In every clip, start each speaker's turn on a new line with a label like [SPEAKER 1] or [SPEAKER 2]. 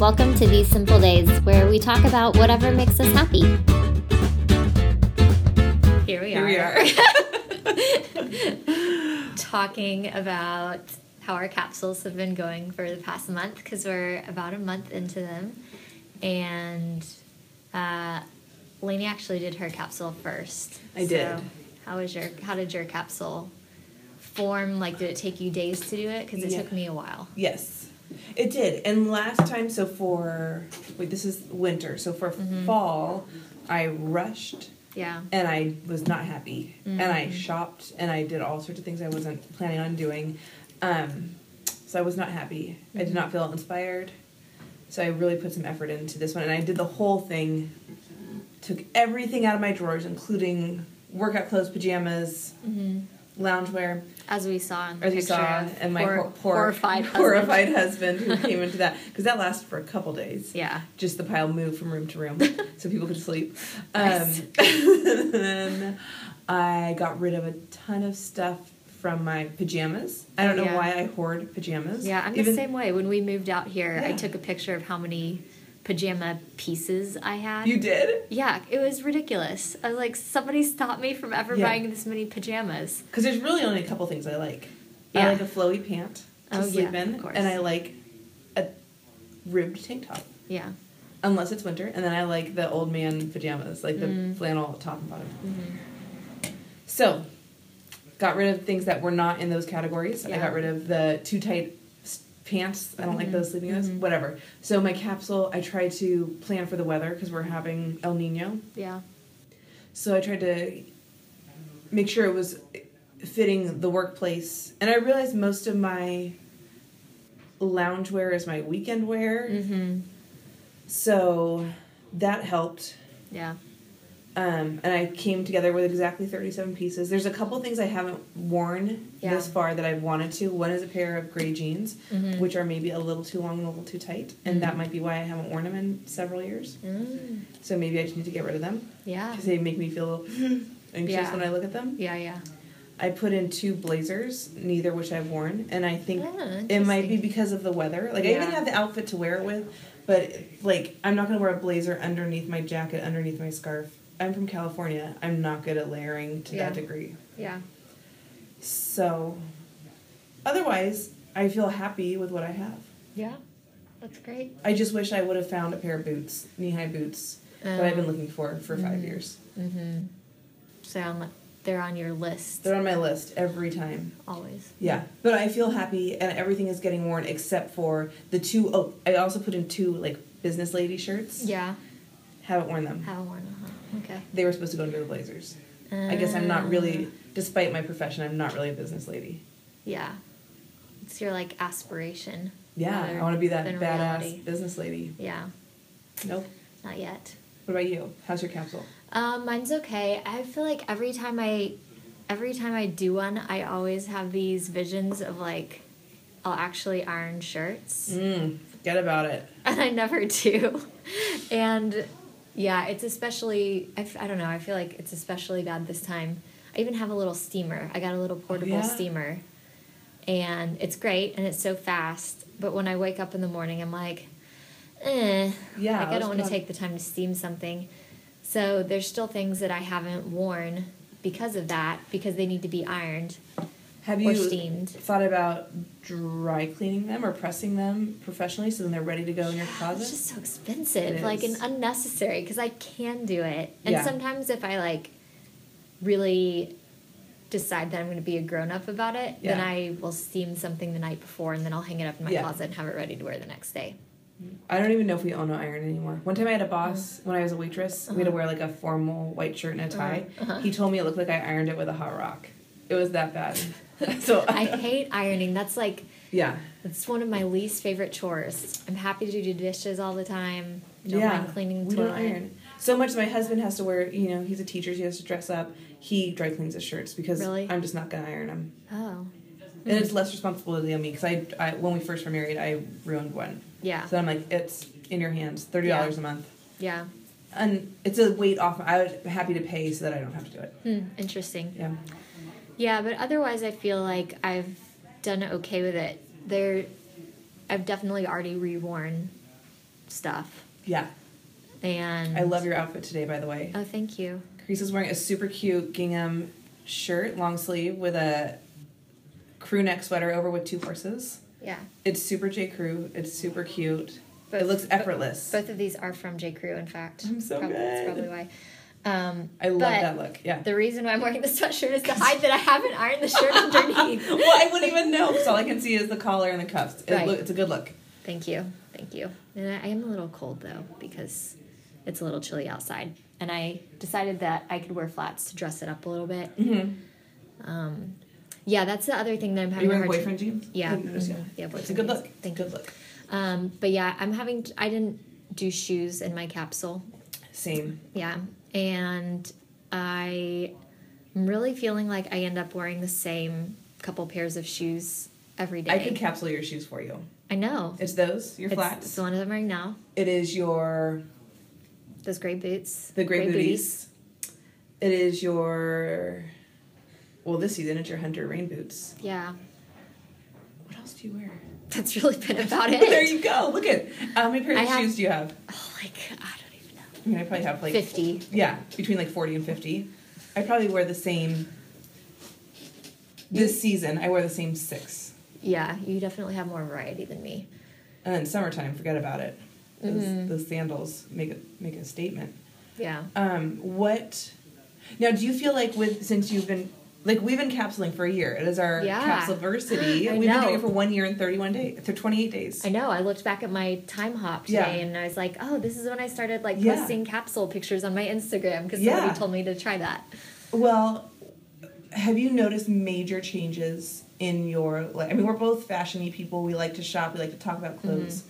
[SPEAKER 1] Welcome to These Simple Days, where we talk about whatever makes us happy. Here we
[SPEAKER 2] Here we
[SPEAKER 1] are. talking about how our capsules have been going for the past month because we're about a month into them. And uh, Lainey actually did her capsule first.
[SPEAKER 2] I did.
[SPEAKER 1] How was your? How did your capsule form? Like, did it take you days to do it? Because it
[SPEAKER 2] Yeah.
[SPEAKER 1] took me a while.
[SPEAKER 2] Yes, it did. And last time, so for wait, this is winter. So for fall, I rushed
[SPEAKER 1] Yeah.
[SPEAKER 2] and I was not happy. And I shopped and I did all sorts of things I wasn't planning on doing. Um, so I was not happy. I did not feel inspired. So I really put some effort into this one, and I did the whole thing. Took everything out of my drawers, including workout clothes, pajamas, loungewear.
[SPEAKER 1] As we saw in the
[SPEAKER 2] as you
[SPEAKER 1] picture
[SPEAKER 2] saw,
[SPEAKER 1] of
[SPEAKER 2] and my
[SPEAKER 1] hor-
[SPEAKER 2] hor- hor-
[SPEAKER 1] horrified husband.
[SPEAKER 2] horrified husband who came into that because that lasted for a couple days.
[SPEAKER 1] Yeah.
[SPEAKER 2] Just the pile moved from room to room so people could sleep.
[SPEAKER 1] Nice.
[SPEAKER 2] Um, then I got rid of a ton of stuff from my pajamas. I don't know
[SPEAKER 1] Yeah.
[SPEAKER 2] why I hoard pajamas.
[SPEAKER 1] Yeah, I'm
[SPEAKER 2] Even-
[SPEAKER 1] the same way. When we moved out here, I
[SPEAKER 2] Yeah.
[SPEAKER 1] took a picture of how many pajama pieces I had.
[SPEAKER 2] You did
[SPEAKER 1] yeah, it was ridiculous. I was like, somebody stop me from ever
[SPEAKER 2] Yeah.
[SPEAKER 1] buying this many pajamas.
[SPEAKER 2] because there's really only a couple things I like.
[SPEAKER 1] Yeah.
[SPEAKER 2] I like a flowy pant to
[SPEAKER 1] Oh,
[SPEAKER 2] sleep
[SPEAKER 1] yeah,
[SPEAKER 2] in,
[SPEAKER 1] of course.
[SPEAKER 2] and I like a ribbed tank top.
[SPEAKER 1] Yeah.
[SPEAKER 2] unless it's winter. And then I like the old man pajamas, like the flannel top and bottom. So, got rid of things that were not in those categories. I
[SPEAKER 1] Yeah.
[SPEAKER 2] got rid of the too tight s- pants. I don't like those sleeping in those. Whatever. So my capsule, I tried to plan for the weather because we're having El Nino.
[SPEAKER 1] Yeah.
[SPEAKER 2] So I tried to make sure it was fitting the workplace. And I realized most of my loungewear is my weekend wear.
[SPEAKER 1] Mm-hmm.
[SPEAKER 2] So that helped.
[SPEAKER 1] Yeah.
[SPEAKER 2] Um, and I came together with exactly 37 pieces. There's a couple things I haven't worn
[SPEAKER 1] Yeah.
[SPEAKER 2] this far that I've wanted to. One is a pair of gray jeans,
[SPEAKER 1] Mhm.
[SPEAKER 2] which are maybe a little too long and a little too tight. And that might be why I haven't worn them in several years.
[SPEAKER 1] Mm-hmm. Mm.
[SPEAKER 2] So maybe I just need to get rid of them
[SPEAKER 1] Yeah.
[SPEAKER 2] because they make me feel anxious
[SPEAKER 1] Yeah.
[SPEAKER 2] when I look at them.
[SPEAKER 1] Yeah. Yeah.
[SPEAKER 2] I put in two blazers, neither which I've worn. And I think
[SPEAKER 1] Oh,
[SPEAKER 2] it might be
[SPEAKER 1] interesting.
[SPEAKER 2] because of the weather. Like, I
[SPEAKER 1] Yeah.
[SPEAKER 2] even have the outfit to wear it with, but like, I'm not gonna wear a blazer underneath my jacket, underneath my scarf. I'm from California. I'm not good at layering to that
[SPEAKER 1] Yeah.
[SPEAKER 2] degree.
[SPEAKER 1] Yeah.
[SPEAKER 2] So, otherwise, I feel happy with what I have.
[SPEAKER 1] Yeah. That's great.
[SPEAKER 2] I just wish I would have found a pair of boots, knee high boots, that
[SPEAKER 1] Oh.
[SPEAKER 2] I've been looking for for five
[SPEAKER 1] Mm.
[SPEAKER 2] years.
[SPEAKER 1] Mm-hmm. Um, So I'm, they're on your list
[SPEAKER 2] They're on my list every time.
[SPEAKER 1] always.
[SPEAKER 2] Yeah, but I feel happy and everything is getting worn except for the two oh I also put in two like business lady shirts.
[SPEAKER 1] Yeah.
[SPEAKER 2] Haven't worn them.
[SPEAKER 1] Haven't worn them. huh? Okay. Um,
[SPEAKER 2] They were supposed to go into the blazers. I guess I'm not really, despite my profession, I'm not really a business lady.
[SPEAKER 1] Yeah. It's your like aspiration.
[SPEAKER 2] Yeah,
[SPEAKER 1] rather
[SPEAKER 2] I want to be that
[SPEAKER 1] than
[SPEAKER 2] badass
[SPEAKER 1] reality.
[SPEAKER 2] business lady.
[SPEAKER 1] Yeah.
[SPEAKER 2] Nope.
[SPEAKER 1] Not yet.
[SPEAKER 2] What about you? How's your capsule?
[SPEAKER 1] Um, mine's okay. I feel like every time I, every time I do one, I always have these visions of like, I'll actually iron shirts,
[SPEAKER 2] Mm, forget about it.
[SPEAKER 1] and I never do. and yeah, it's especially. I, f- I don't know. I feel like it's especially bad this time. I even have a little steamer. I got a little portable
[SPEAKER 2] Oh, yeah?
[SPEAKER 1] steamer, and it's great and it's so fast. But when I wake up in the morning, I'm like, eh.
[SPEAKER 2] Yeah,
[SPEAKER 1] Like I
[SPEAKER 2] let's
[SPEAKER 1] don't want to
[SPEAKER 2] not-
[SPEAKER 1] take the time to steam something. So there's still things that I haven't worn because of that because they need to be ironed.
[SPEAKER 2] Have
[SPEAKER 1] or
[SPEAKER 2] you
[SPEAKER 1] steamed.
[SPEAKER 2] thought about dry cleaning them or pressing them professionally so then they're ready to go in your closet?
[SPEAKER 1] It's just so expensive,
[SPEAKER 2] It
[SPEAKER 1] like
[SPEAKER 2] is.
[SPEAKER 1] and unnecessary because I can do it. And
[SPEAKER 2] Yeah.
[SPEAKER 1] sometimes if I like really decide that I'm going to be a grown up about it, then
[SPEAKER 2] Yeah.
[SPEAKER 1] I will steam something the night before and then I'll hang it up in my
[SPEAKER 2] Yeah.
[SPEAKER 1] closet and have it ready to wear the next day.
[SPEAKER 2] I don't even know if we own an iron anymore. One time I had a boss
[SPEAKER 1] Uh-huh.
[SPEAKER 2] when I was a waitress. We had to wear like a formal white shirt and a tie.
[SPEAKER 1] Uh-huh.
[SPEAKER 2] He told me it looked like I ironed it with a hot rock. It was that bad. so
[SPEAKER 1] I hate ironing. That's like
[SPEAKER 2] yeah,
[SPEAKER 1] It's one of my least favorite chores. I'm happy to do dishes all the time. Don't
[SPEAKER 2] yeah.
[SPEAKER 1] mind cleaning
[SPEAKER 2] we
[SPEAKER 1] the toilet.
[SPEAKER 2] don't iron so much. My husband has to wear. You know, he's a teacher. so He has to dress up. He dry cleans his shirts because
[SPEAKER 1] Really?
[SPEAKER 2] I'm just not gonna iron them.
[SPEAKER 1] Oh,
[SPEAKER 2] And it's less responsibility on me because I, I, when we first were married, I ruined one.
[SPEAKER 1] yeah,
[SPEAKER 2] So I'm like, it's in your hands. Thirty dollars a month,
[SPEAKER 1] yeah.
[SPEAKER 2] and it's a weight off. I'm happy to pay so that I don't have to do it.
[SPEAKER 1] Hmm, interesting.
[SPEAKER 2] Yeah.
[SPEAKER 1] Yeah, but otherwise, I feel like I've done okay with it. There, I've definitely already reworn stuff.
[SPEAKER 2] Yeah.
[SPEAKER 1] And
[SPEAKER 2] I love your outfit today, by the way.
[SPEAKER 1] Oh, thank you.
[SPEAKER 2] Chris is wearing a super cute gingham shirt, long sleeve, with a crew neck sweater over with two horses.
[SPEAKER 1] Yeah.
[SPEAKER 2] It's super J. Crew. It's super cute.
[SPEAKER 1] Both-
[SPEAKER 2] it looks
[SPEAKER 1] bo-
[SPEAKER 2] effortless.
[SPEAKER 1] Both of these are from J. Crew, in fact.
[SPEAKER 2] I'm so
[SPEAKER 1] probably, That's
[SPEAKER 2] good.
[SPEAKER 1] probably why. Um,
[SPEAKER 2] I love
[SPEAKER 1] but
[SPEAKER 2] that look. Yeah.
[SPEAKER 1] The reason why I'm wearing this sweatshirt is to hide that I haven't ironed the shirt underneath.
[SPEAKER 2] well, I wouldn't even know because all I can see is the collar and the cuffs. It
[SPEAKER 1] Right.
[SPEAKER 2] loo- it's a good look.
[SPEAKER 1] Thank you. Thank you. And I, I am a little cold though because it's a little chilly outside. And I decided that I could wear flats to dress it up a little bit.
[SPEAKER 2] Mm-hmm.
[SPEAKER 1] Um, yeah, that's the other thing that I'm
[SPEAKER 2] Are
[SPEAKER 1] having
[SPEAKER 2] you
[SPEAKER 1] a hard
[SPEAKER 2] wearing
[SPEAKER 1] time-
[SPEAKER 2] boyfriend jeans?
[SPEAKER 1] Yeah.
[SPEAKER 2] I didn't notice,
[SPEAKER 1] Mhm. Yeah,
[SPEAKER 2] It's a good
[SPEAKER 1] boyfriend
[SPEAKER 2] look.
[SPEAKER 1] jeans. Thank
[SPEAKER 2] good look.
[SPEAKER 1] Um, but yeah, I'm having, I didn't do shoes in my capsule.
[SPEAKER 2] Same.
[SPEAKER 1] Yeah. And I am really feeling like I end up wearing the same couple pairs of shoes every day.
[SPEAKER 2] I could capsule your shoes for you.
[SPEAKER 1] I know.
[SPEAKER 2] It's those, your
[SPEAKER 1] It's-
[SPEAKER 2] flats.
[SPEAKER 1] It's the one that I'm wearing now.
[SPEAKER 2] It is your
[SPEAKER 1] Those gray boots.
[SPEAKER 2] the Grey Booties. It is your well this season it's your Hunter Rain boots.
[SPEAKER 1] Yeah.
[SPEAKER 2] What else do you wear?
[SPEAKER 1] That's really been about it.
[SPEAKER 2] there you go. Look at how many pairs
[SPEAKER 1] I
[SPEAKER 2] of
[SPEAKER 1] have-
[SPEAKER 2] shoes do you have?
[SPEAKER 1] oh, like, I don't even know.
[SPEAKER 2] I mean, I probably have like
[SPEAKER 1] 50.
[SPEAKER 2] yeah between like forty and fifty. I probably wear the same. This season, I wear the same six.
[SPEAKER 1] Yeah, you definitely have more variety than me.
[SPEAKER 2] And then summertime, forget about it. Those,
[SPEAKER 1] Mm-hmm.
[SPEAKER 2] those sandals make a, make a statement.
[SPEAKER 1] Yeah.
[SPEAKER 2] um, what now do you feel like with since you've been like we've been capsuling for a year it is our
[SPEAKER 1] Yeah.
[SPEAKER 2] capsuliversity
[SPEAKER 1] I
[SPEAKER 2] we've been
[SPEAKER 1] know.
[SPEAKER 2] doing it for one year and 31 days through 28 days
[SPEAKER 1] I know. I looked back at my time hop today
[SPEAKER 2] Yeah.
[SPEAKER 1] and I was like, oh, this is when I started like
[SPEAKER 2] Yeah.
[SPEAKER 1] posting capsule pictures on my Instagram because
[SPEAKER 2] Yeah.
[SPEAKER 1] somebody told me to try that.
[SPEAKER 2] well have you noticed major changes in your like i mean we're both fashiony people we like to shop we like to talk about
[SPEAKER 1] Mm-hmm.
[SPEAKER 2] clothes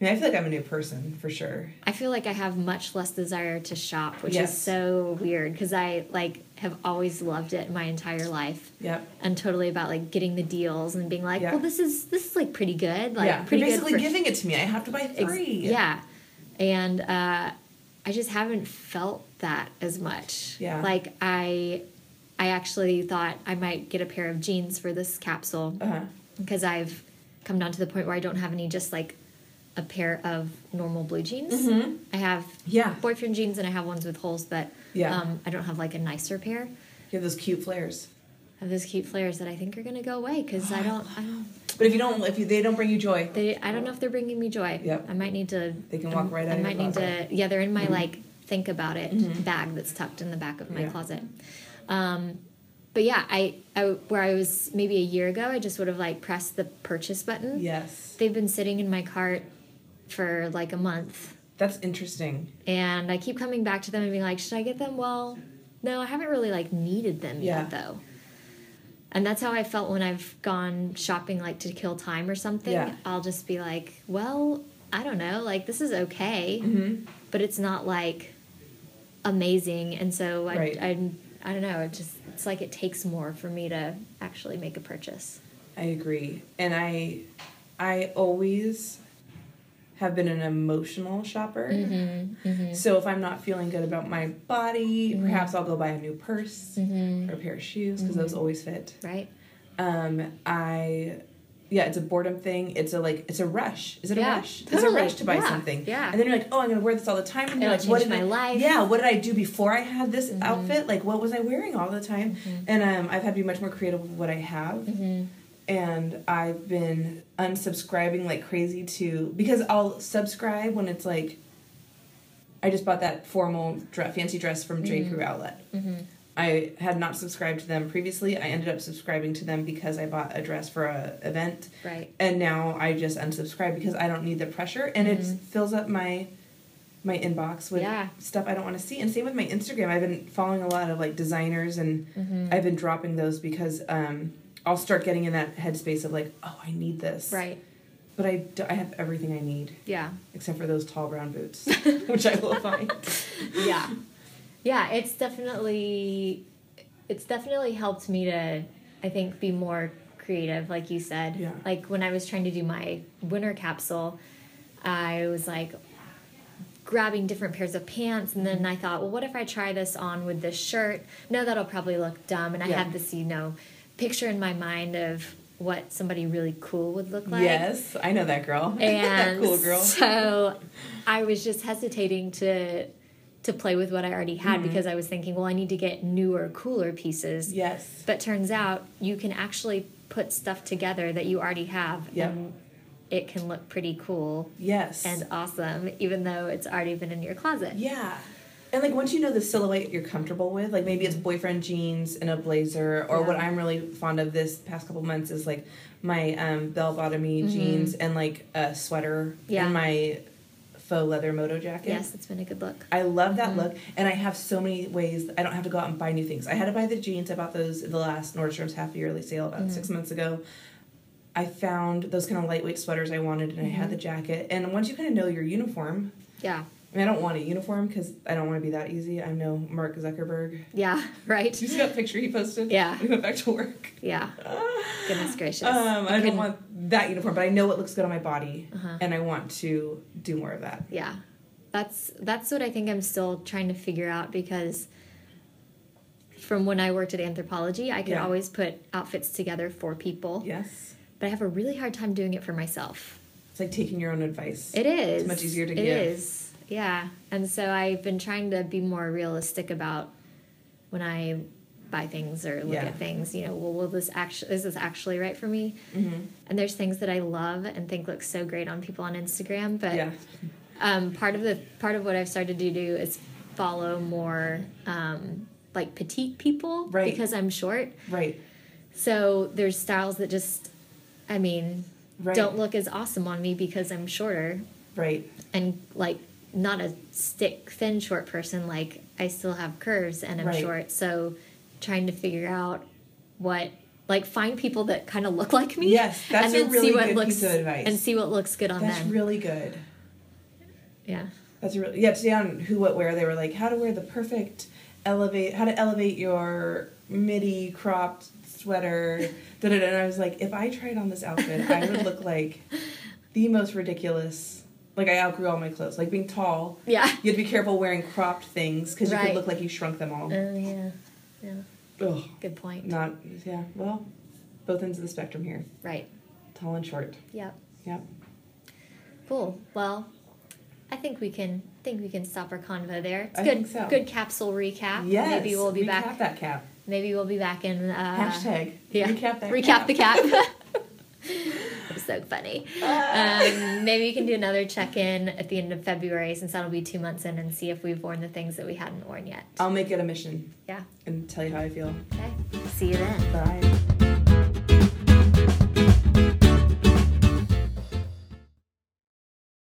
[SPEAKER 2] i mean i feel like i'm a new person for sure
[SPEAKER 1] I feel like I have much less desire to shop, which
[SPEAKER 2] Yes.
[SPEAKER 1] is so weird because I like have always loved it my entire life.
[SPEAKER 2] yep
[SPEAKER 1] And totally about like getting the deals and being like,
[SPEAKER 2] Yeah.
[SPEAKER 1] well, this is this is like pretty good, like
[SPEAKER 2] yeah
[SPEAKER 1] pretty
[SPEAKER 2] you're basically
[SPEAKER 1] good. for-
[SPEAKER 2] giving it to me i have to buy
[SPEAKER 1] Ex-
[SPEAKER 2] three
[SPEAKER 1] Yeah. And uh, I just haven't felt that as much.
[SPEAKER 2] Yeah.
[SPEAKER 1] Like I I actually thought I might get a pair of jeans for this capsule
[SPEAKER 2] uh-huh
[SPEAKER 1] because I've come down to the point where I don't have any just like a pair of normal blue jeans. I have
[SPEAKER 2] Mm-hmm. yeah
[SPEAKER 1] boyfriend jeans and I have ones with holes, but
[SPEAKER 2] Yeah.
[SPEAKER 1] um, I don't have like a nicer pair.
[SPEAKER 2] you have those cute flares
[SPEAKER 1] I have those cute flares that I think are gonna go away because I don't I don't
[SPEAKER 2] but if you don't if you, they don't bring you joy
[SPEAKER 1] They, I don't know if they're bringing me joy.
[SPEAKER 2] Yep.
[SPEAKER 1] I might need to.
[SPEAKER 2] They can walk right
[SPEAKER 1] Um, I
[SPEAKER 2] out of your
[SPEAKER 1] might need
[SPEAKER 2] closet. Mm-hmm.
[SPEAKER 1] to. Yeah, they're in my like think about it bag that's tucked in the back of my
[SPEAKER 2] Yeah.
[SPEAKER 1] closet. Um, but yeah, I, I where I was maybe a year ago, I just would have like pressed the purchase button.
[SPEAKER 2] yes
[SPEAKER 1] They've been sitting in my cart for like a month,
[SPEAKER 2] that's interesting
[SPEAKER 1] and I keep coming back to them and being like, should I get them? Well, no, I haven't really like needed them yet
[SPEAKER 2] Yeah.
[SPEAKER 1] though. And that's how I felt when I've gone shopping like to kill time or something.
[SPEAKER 2] Yeah.
[SPEAKER 1] I'll just be like, well, I don't know, like this is okay,
[SPEAKER 2] Mm-hmm.
[SPEAKER 1] but it's not like amazing. And so I,
[SPEAKER 2] Right.
[SPEAKER 1] I, I don't know, it just, it's like it takes more for me to actually make a purchase.
[SPEAKER 2] I agree. And I I always have been an emotional shopper.
[SPEAKER 1] Mm-hmm,
[SPEAKER 2] So if I'm not feeling good about my body, perhaps I'll go buy a new purse
[SPEAKER 1] Mm-hmm.
[SPEAKER 2] or a pair of shoes because those always fit.
[SPEAKER 1] Right.
[SPEAKER 2] Um I yeah, it's a boredom thing. It's a like it's a rush. Is it
[SPEAKER 1] Yeah,
[SPEAKER 2] a rush? It's
[SPEAKER 1] totally.
[SPEAKER 2] a rush to buy
[SPEAKER 1] Yeah,
[SPEAKER 2] something.
[SPEAKER 1] yeah.
[SPEAKER 2] And then you're like, "Oh, I'm going to wear this all the time." And you're
[SPEAKER 1] It'll
[SPEAKER 2] like, "What did
[SPEAKER 1] change my
[SPEAKER 2] I,
[SPEAKER 1] life. Mm-hmm.
[SPEAKER 2] Yeah, what did I do before I had this outfit? Like what was I wearing all the time?" And um I've had to be much more creative with what I have
[SPEAKER 1] Mm-hmm.
[SPEAKER 2] and I've been unsubscribing like crazy to because I'll subscribe when it's like I just bought that formal dre- fancy dress from J
[SPEAKER 1] Mm-hmm.
[SPEAKER 2] Crew outlet. I had not subscribed to them previously. I ended up subscribing to them because I bought a dress for a event,
[SPEAKER 1] Right.
[SPEAKER 2] and now I just unsubscribe because I don't need the pressure, and it fills up my my inbox with
[SPEAKER 1] Mm-hmm. Yeah.
[SPEAKER 2] stuff I don't want to see. And same with my Instagram. I've been following a lot of like designers, and
[SPEAKER 1] Mm-hmm.
[SPEAKER 2] I've been dropping those because um, I'll start getting in that headspace of like, oh, I need this,
[SPEAKER 1] Right.
[SPEAKER 2] But I do- I have everything I need
[SPEAKER 1] Yeah.
[SPEAKER 2] except for those tall brown boots, which I will find.
[SPEAKER 1] yeah yeah it's definitely it's definitely helped me to i think be more creative like you said
[SPEAKER 2] Yeah.
[SPEAKER 1] like when i was trying to do my winter capsule i was like grabbing different pairs of pants and
[SPEAKER 2] Mm-hmm.
[SPEAKER 1] then i thought well what if i try this on with this shirt no that'll probably look dumb and i
[SPEAKER 2] Yeah.
[SPEAKER 1] had this you know picture in my mind of what somebody really cool would look like.
[SPEAKER 2] yes, I know that girl. that
[SPEAKER 1] And
[SPEAKER 2] cool girl.
[SPEAKER 1] so I was just hesitating to to play with what I already had
[SPEAKER 2] Mm-hmm.
[SPEAKER 1] because I was thinking, well, I need to get newer, cooler pieces.
[SPEAKER 2] yes.
[SPEAKER 1] But turns out you can actually put stuff together that you already have
[SPEAKER 2] Yep.
[SPEAKER 1] and it can look pretty cool
[SPEAKER 2] Yes.
[SPEAKER 1] Um, and awesome even though it's already been in your closet.
[SPEAKER 2] Yeah. And like once you know the silhouette you're comfortable with, like maybe it's boyfriend jeans and a blazer, or what
[SPEAKER 1] Mm-hmm. Yeah.
[SPEAKER 2] I'm really fond of this past couple months is like my um, bell bottomy jeans and like a sweater
[SPEAKER 1] Mm-hmm. Yeah.
[SPEAKER 2] and my faux leather moto jacket.
[SPEAKER 1] Yes, Mm-hmm. it's been a good look.
[SPEAKER 2] I love that look, and I have so many ways. I don't have to go out and buy new things. I had to buy the jeans. I bought those at the last Nordstrom's half yearly sale about six
[SPEAKER 1] Mm-hmm.
[SPEAKER 2] months ago. I found those kind of lightweight sweaters I wanted, and I
[SPEAKER 1] Mm-hmm.
[SPEAKER 2] had the jacket. And once you kind of know your uniform,
[SPEAKER 1] Yeah.
[SPEAKER 2] I mean, I don't want a uniform because I don't want to be that easy. I know Mark Zuckerberg.
[SPEAKER 1] Yeah, right?
[SPEAKER 2] Did you see that picture he posted?
[SPEAKER 1] Yeah.
[SPEAKER 2] He went back to work. Uh,
[SPEAKER 1] Yeah. Goodness gracious.
[SPEAKER 2] Um, I don't
[SPEAKER 1] couldn't- Uh-huh.
[SPEAKER 2] want that uniform, but I know it looks good on my body, and I want to do more of that.
[SPEAKER 1] yeah that's that's what i think i'm still trying to figure out because from when i worked at anthropology i could
[SPEAKER 2] Yeah.
[SPEAKER 1] always put outfits together for people
[SPEAKER 2] Yes.
[SPEAKER 1] but i have a really hard time doing it for myself
[SPEAKER 2] It's like taking your own advice.
[SPEAKER 1] it is
[SPEAKER 2] much easier to
[SPEAKER 1] It
[SPEAKER 2] give.
[SPEAKER 1] is. yeah and so i've been trying to be more realistic about when i buy things or look
[SPEAKER 2] Yeah.
[SPEAKER 1] at things you know well will this actually is this actually right for me
[SPEAKER 2] Mm-hmm.
[SPEAKER 1] and there's things that i love and think look so great on people on instagram but
[SPEAKER 2] Yeah.
[SPEAKER 1] um, part of the part of what I've started to do is follow more um, like petite people
[SPEAKER 2] Right.
[SPEAKER 1] because I'm short.
[SPEAKER 2] Right.
[SPEAKER 1] So there's styles that just, I mean,
[SPEAKER 2] Right.
[SPEAKER 1] don't look as awesome on me because I'm shorter
[SPEAKER 2] Right.
[SPEAKER 1] and like not a stick thin short person. Like I still have curves and I'm
[SPEAKER 2] Right.
[SPEAKER 1] short. So trying to figure out what like find people that kind of look like me.
[SPEAKER 2] Yes, that's
[SPEAKER 1] and
[SPEAKER 2] a
[SPEAKER 1] then
[SPEAKER 2] really
[SPEAKER 1] see what
[SPEAKER 2] good
[SPEAKER 1] looks
[SPEAKER 2] piece of advice.
[SPEAKER 1] and see what looks good on
[SPEAKER 2] That's
[SPEAKER 1] them.
[SPEAKER 2] really good.
[SPEAKER 1] yeah.
[SPEAKER 2] That's a really yeah. Today on Who What Where they were like how to wear the perfect elevate how to elevate your midi cropped sweater. da, da, da. And I was like, if I tried on this outfit, I would look like the most ridiculous. Like I outgrew all my clothes. Like being tall,
[SPEAKER 1] Yeah.
[SPEAKER 2] you had to be careful wearing cropped things because you
[SPEAKER 1] Right.
[SPEAKER 2] could look like you shrunk them all.
[SPEAKER 1] Oh yeah, yeah.
[SPEAKER 2] Ugh,
[SPEAKER 1] Good point.
[SPEAKER 2] not yeah. Well, both ends of the spectrum here,
[SPEAKER 1] Right.
[SPEAKER 2] tall and short.
[SPEAKER 1] Yep.
[SPEAKER 2] Yep.
[SPEAKER 1] Cool. Well, I think we can think we can stop our convo there. It's
[SPEAKER 2] I
[SPEAKER 1] good.
[SPEAKER 2] think so.
[SPEAKER 1] Good capsule recap.
[SPEAKER 2] Yes.
[SPEAKER 1] Maybe we'll be
[SPEAKER 2] recap
[SPEAKER 1] back.
[SPEAKER 2] that cap.
[SPEAKER 1] Maybe we'll be back in. Uh,
[SPEAKER 2] Hashtag.
[SPEAKER 1] Yeah.
[SPEAKER 2] Recap that.
[SPEAKER 1] Recap
[SPEAKER 2] cap.
[SPEAKER 1] the cap. so funny. Um, maybe we can do another check in at the end of February since that'll be two months in and see if we've worn the things that we hadn't worn yet.
[SPEAKER 2] I'll make it a mission
[SPEAKER 1] Yeah.
[SPEAKER 2] and tell you how I feel.
[SPEAKER 1] Okay. See you then.
[SPEAKER 2] Bye.